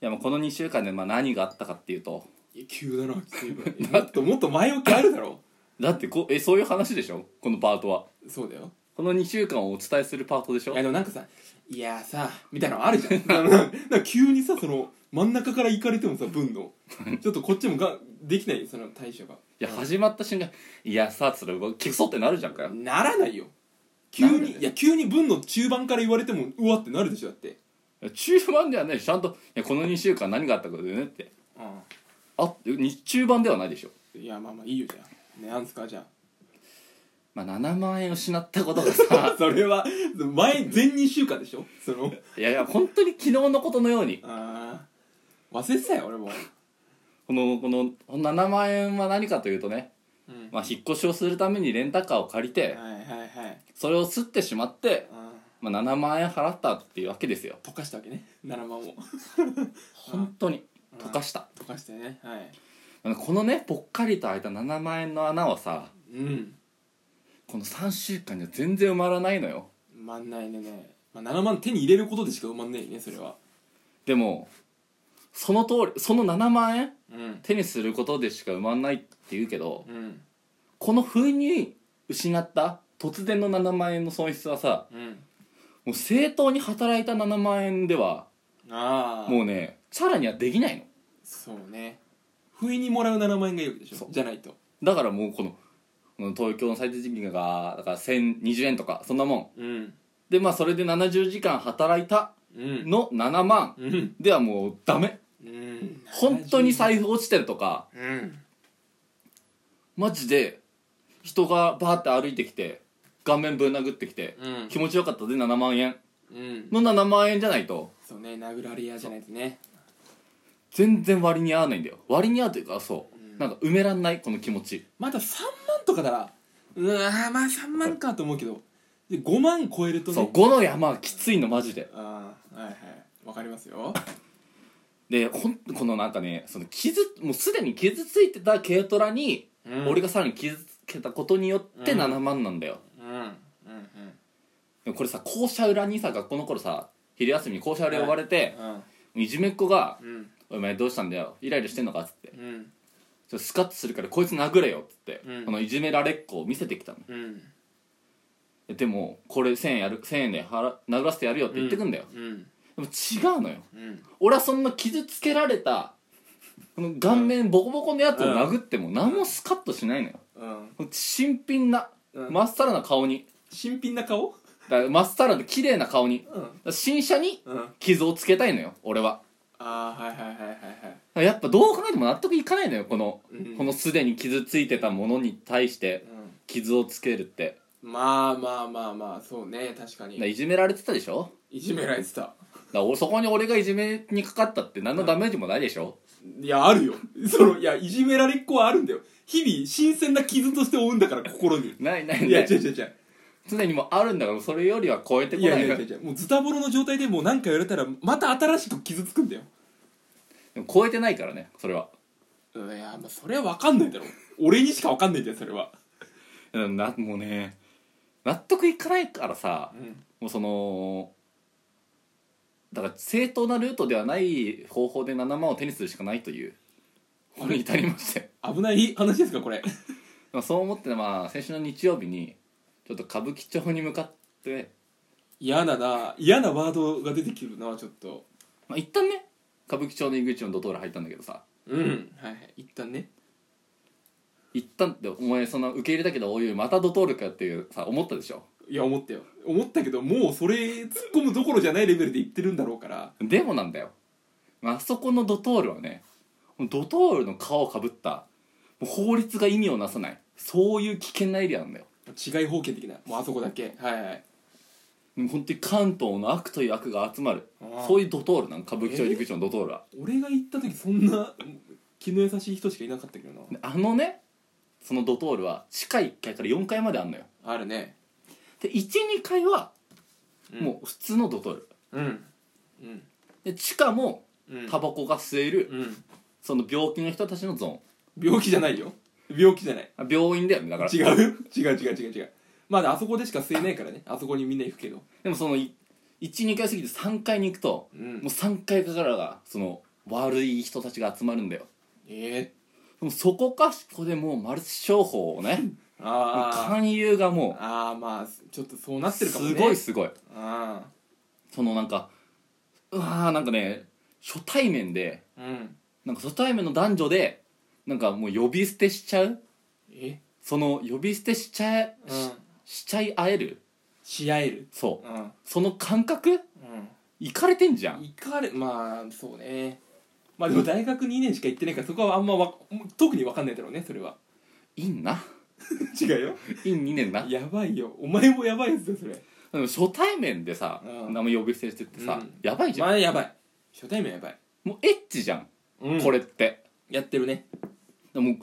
やもうこの2週間でまあ何があったかっていうといや急だな 急だなもっともっと前置きあるだろだってこえそういう話でしょこのパートはそうだよこの2週間をお伝えするパートでしょいやでもなんかさ「いやさ」みたいなのあるじゃん あのなんか急にさその真ん中から行かれてもさ分 のちょっとこっちもができないその対処がいや始まった瞬間「いやさ」っつったらうわ消そうってなるじゃんかよならないよ急なるによねいや急に分の中盤から言われてもうわってなるでしょだって中盤ではないちゃんと「いやこの2週間何があったかだよね」ってうあ日中盤ではないでしょんいやまあまあいいよじゃあねなんすかじゃまあ7万円失ったことがさ あ それは前前2週間でしょそ のいやいや本当に昨日のことのようにああ忘れてたよ俺 もこのこのこの7万円は何かというとね、うんまあ、引っ越しをするためにレンタカーを借りてはいはいはいそれをすってしまって、ああまあ、7万円払ったっていうわけですよ溶かしたわけね7万を本当に溶かした溶かしてねはいこのねぽっかりと開いた7万円の穴はさうんこの3週間じゃ全然埋まらないのよ埋まんないねね、まあ、7万手に入れることでしか埋まんないねそれはでもその通りその7万円うん手にすることでしか埋まんないって言うけどうんこの不意に失った突然の7万円の損失はさうんもう正当に働いた7万円ではああもうねチャラにはできないのそうね不意にもらう7万円がいいわけでしそょうじゃないとだからもうこのこの東京の最低賃金がだから1020円とかそんなもんうんでまあそれで70時間働いたうんの7万うんではもうダメうん本当に財布落ちてるとかうんマジで人がバーって歩いてきて顔面ぶん殴ってきてうん気持ちよかったで7万円うんの7万円じゃないとそうね殴られ屋じゃないとね全然割に合わないんだよ割に合うというかそううんなんか埋めらんないこの気持ちまだ3万とかならうんああまあ3万かと思うけどで5万超えるとねそう5の山はきついのマジでああはいはいわかりますよでほんこのなんかねその傷もうすでに傷ついてた軽トラに、うん俺がさらに傷つけたことによってうん7万なんだよ、うんうんうんでもこれさ校舎裏にさ学校の頃さ昼休みに校舎裏呼ばれて、うんいじめっ子がうん「お前どうしたんだよイライラしてんのか?」っつってうちょんっとスカッとするからこいつ殴れよっつって、うんこのいじめられっ子を見せてきたのうんででもこれ1000円やる1000円で払殴らせてやるよって言ってくんだよ、うんでも違うのようん俺はそんな傷つけられたこの顔面ボコボコのやつを殴っても何もスカッとしないのようんこの新品なうんまっさらな顔に新品な顔だからまっさらで綺麗な顔にだかうんら新車にうん傷をつけたいのよ俺はああーはいはいはいはいはだいからやっぱどう考えても納得いかないのよこの、うんこのすでに傷ついてたものに対してうん傷をつけるってまあまあまあまあそうね確だかからにいじめられてたでしょいじめられてただから俺そこに俺がいじめにかかったって何のダメージもないでしょいやあるよそのいやいじめられっ子はあるんだよ日々新鮮な傷として負うんだから心にないないいなやい違う違う違う常にもうあるんだからそれよりは超えてこいなやいいやいやいやもうズタボロの状態でもう何か言われたらまた新しく傷つくんだよでも超えてないからねそれはいやまあそれは分かんないだろ俺にしか分かんないんだよそれはうんなもうね納得いかないからさうんもうそのだから正当なルートではない方法で7万を手にするしかないというこれに至りまして危ない話ですかこれまあそう思ってまあ先週の日曜日にちょっと歌舞伎町に向かって、嫌だな嫌なワードが出てくるなちょっとまあ、一旦ね歌舞伎町の入り口のドトール入ったんだけどさうんはいはい一旦ね一旦ってお前そんな受け入れたけどおいおいまたドトールかっていうさ思ったでしょいや思ったよ思ったけどもうそれ突っ込むどころじゃないレベルで言ってるんだろうからでもなんだよ、まああそこのドトールはねドトールの皮をかぶったもう法律が意味をなさないそういう危険なエリアなんだよ違い方形的なもうあそこだけはいはいもう本当に関東の悪という悪が集まるああそういうドトールなん歌舞伎町入り口のドトールは、俺が行った時そんな気の優しい人しかいなかったけどなであのねそのドトールは地下1階から4階まであんのよあるねで12階はうんもう普通のドトール、うんうんで地下もうんタバコが吸える、うんその病気の人たちのゾ病気じゃないよ病気じゃないーンあ病院だよねだから違う 違う違う違う違うまだあそこでしか吸えないからねあそこにみんな行くけどでもその12階過ぎて3階に行くと、うんもう3階からがその悪い人たちが集まるんだよえでもそこかしこでもうマルチ商法をねー、あー勧誘がもあーまあちょっとそうなうってるかもねすごいすごいあそのなんかうわーなんかね初対面でーうんなんか初対面の男女でなんかもう呼び捨てしちゃうえその呼び捨てしちゃえ、うしんしちゃい合えるし合えるそううんその感覚ういかれてんじゃんん行かれまあそうねまあでも大学2年しか行ってないからそこはあんまわ特に分かんないだろうねそれはいんな違うよいん2年なやばいよお前もやばいやつだよそれでも初対面でさ、うん名前呼び捨てしてってさ、うんやばいじゃん、まあやばい初対面やばい、もうエッチじゃん、うんこれってやってるねでも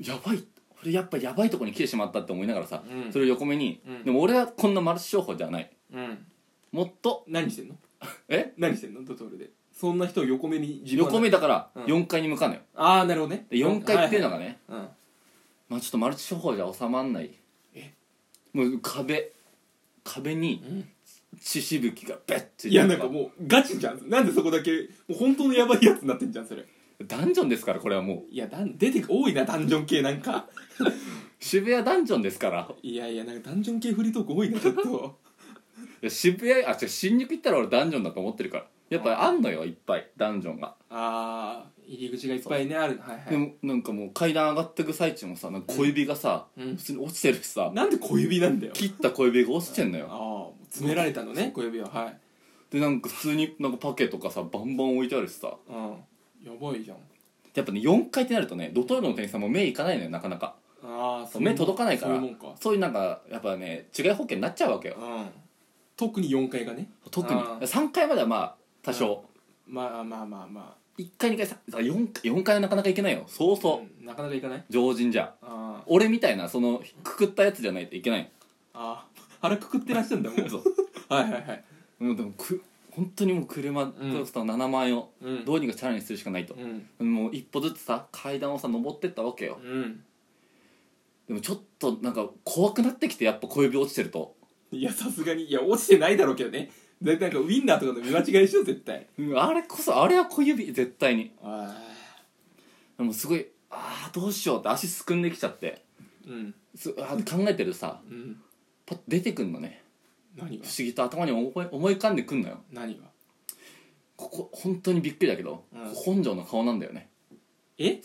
やばいこれやっぱやばいとこに来てしまったって思いながらさ、うんそれを横目に、うんでも俺はこんなマルチ商法じゃないうんもっと何してんのえ何してんのドトールでそんな人を横目に横目だからうん4階に向かうのよ、ああなるほどねで4階っていうのがね、はいはいまあちょっとマルチ商法じゃ収まんないえもう壁壁にうん血しぶきがベッていやなんかもうガチじゃんなんでそこだけもう本当のやばいやつになってんじゃんそれダンジョンですからこれはもういやだん出てく多いなダンジョン系なんか渋谷ダンジョンですからいやいやなんかダンジョン系フリートーク多いなちょっ といや渋谷あ違う新宿行ったら俺ダンジョンだと思ってるからやっぱあんのよいっぱいダンジョンが、ああ入り口がいっぱいねあるはいはいでもなんかもう階段上がってく最中もさなんか小指がさ、うん普通に落ちてるしさなんで小指なんだよ切った小指が落ちてんのあよあ詰められたのね小指ははいでなんか普通になんかパケとかさバンバン置いてあるしさうんやばいじゃんやっぱね4階ってなるとねドトールの店員さんも目いかないのよなかなかああそう目届かないからそういうもんかそういうなんかやっぱね違い保険になっちゃうわけようん特に4階がね特にあー3階まではまあ多少まあまあまあま1階2階さ4階4階はなかなか行けないよそうあそう、んなかなかいかない常人じゃあ俺みたいなそのくくったやつじゃないといけないあああ腹くくってらっしゃるんだも んそうはいはいはいもうでもく本当にもう車とんその7万円をうんどうにかチャレンジするしかないと、うんもう一歩ずつさ階段をさ登ってったわけようんでもちょっとなんか怖くなってきてやっぱ小指落ちてるといやさすがにいや落ちてないだろうけどね絶対なんかウィンナーとかの見間違いでしょ絶対うんあれこそあれは小指絶対にあでもすごいああどうしようって足すくんできちゃってうんすあー考えてるとさうんパッと出てくんのね何が不思議と頭に思い思い浮かんでくんのよ何がここ本当にびっくりだけど、うこんこ本庄の顔なんだよねえ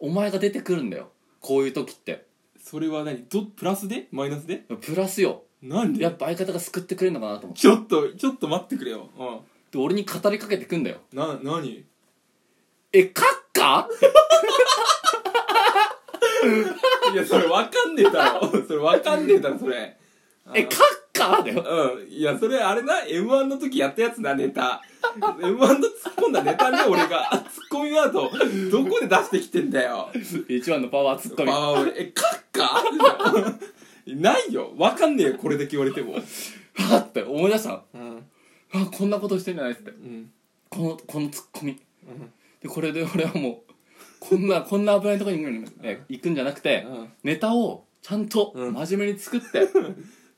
お前が出てくるんだよこういう時ってそれは何どプラスでマイナスでプラスよなんでやっぱ相方が救ってくれるのかなと思ってちょっとちょっと待ってくれようで俺に語りかけてくんだよんな何えカッカーいやそれわかんねえだろ それわかんねえだろそれえカッカーだようんいやそれあれな m 1の時やったやつなネタ m 1の突っ込んだネタね俺が突っ込みワードどこで出してきてんだよ一番のパワーツッコミああ俺えカッカ ないよわかんねえよこれだけ言われてもはっって思い出したのうんあこんなことしてんじゃないっつってうんこのこのツッコミでこれで俺はもうこんなこんな危ないとこにえ行くんじゃなくてうんネタをちゃんとうん真面目に作って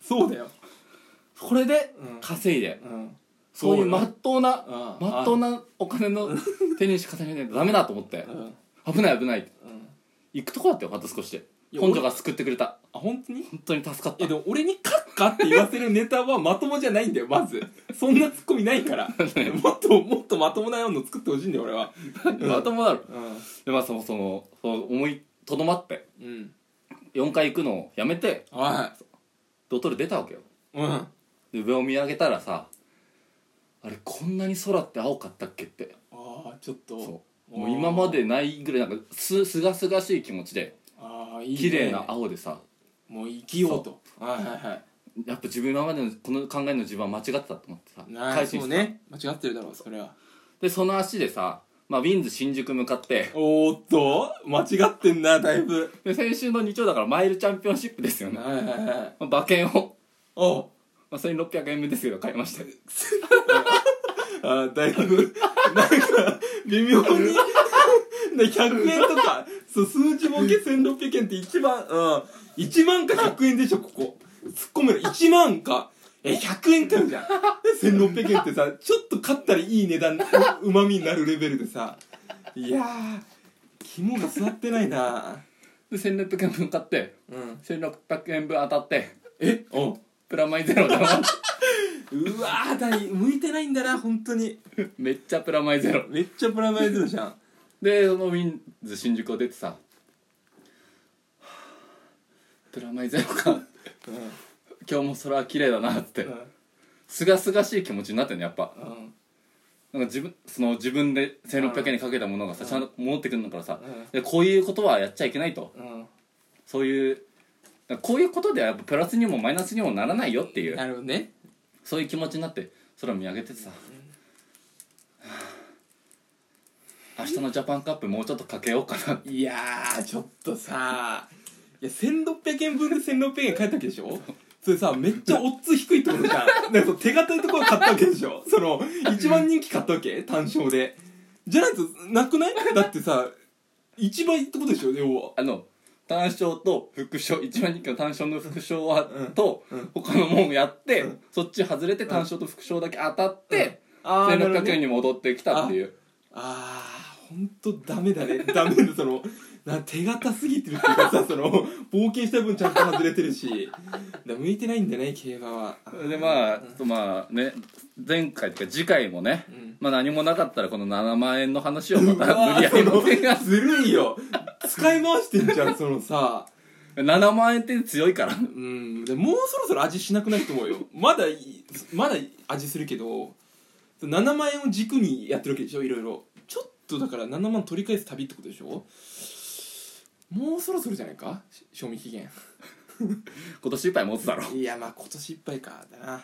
そうだよこれでうん稼いでうんそういうよまっとうなああまっとうなお金の手にしか稼げないとダメだと思ってうんうん危ない危ない行くとこだったよあと少しでいや本庄が救ってくれたあ本当に本当に助かっえたでも俺に「カッカ」って言わせるネタはまともじゃないんだよまずそんなツッコミないから もっともっとまともなの作ってほしいんだよ俺はまともだろうんでまあそもそもそう思いとどまってうん4回行くのをやめてはドトール出たわけよいうんで上を見上げたらさあれこんなに空って青かったっけってああちょっとそうもう今までないぐらいなんかすすがすがしい気持ちでああいいね綺麗な青でさもう生きようとはいはいはいやっぱ自分今までのこの考えの自分は間違ってたと思ってさなあ心そしうたね間違ってるだろうそれはでその足でさ、まあ、ウィンズ新宿向かっておーっと間違ってんなだいぶで先週の日曜だからマイルチャンピオンシップですよね、はいはいはいまあ、馬券を、おうまあ、1600円分ですけど買いましてあーだいぶなんか微妙にな100円とかそう数字儲け1600円って一番うん1万か100円でしょここ突っ込める1万かえ100円買うじゃん1600円ってさちょっと買ったらいい値段うまみになるレベルでさいやー肝が座ってないなで1600円分買ってうん1600円分当たってえおプラマイゼロだなうわーだい向いてないんだな本当に めっちゃプラマイゼロめっちゃプラマイゼロじゃんでそのウィンズ新宿を出てさはぁプラマイゼロかうん今日も空は綺麗だなってうすがすがしい気持ちになってねやっぱんうなんんか自分その自分で1600円にかけたものがさうんちゃんと戻ってくるんだからさうんでこういうことはやっちゃいけないとうんそういうなんかこういうことではやっぱプラスにもマイナスにもならないよっていうなるほどねそういう気持ちになって空見上げててさ、はぁ明日のジャパンカップもうちょっとかけようかないやーちょっとさいや1600円分で1600円買ったわけでしょそれさめっちゃオッズ低いってことじゃん なんかその手堅いところ買ったわけでしょその一番人気買ったわけ単勝でじゃないとなくないだってさ一番いいってことでしょ要はあの単勝と副賞一番人気の単勝の副賞は、うんと、うん他のもんやって、うんそっち外れて単勝と副賞だけ当たって、あーなるほど1600ね円に戻ってきたっていうあーほんとダメだねダメだそのな手堅すぎてるっていうかさその冒険した分ちゃんと外れてるしだ向いてないんだね競馬はでまあ、うんとまあね前回というか次回もね、うんまあ何もなかったらこの7万円の話をまうわたー無理やり持ってきますずるいよ使い回してんじゃんそのさ7万円って強いからうんでもうそろそろ味しなくなると思うよまだいいまだ味するけど7万円を軸にやってるわけでしょいろいろちょっとだから7万取り返す旅ってことでしょもうそろそろじゃないかし賞味期限今年いっぱい持つだろいやまあ今年いっぱいかだな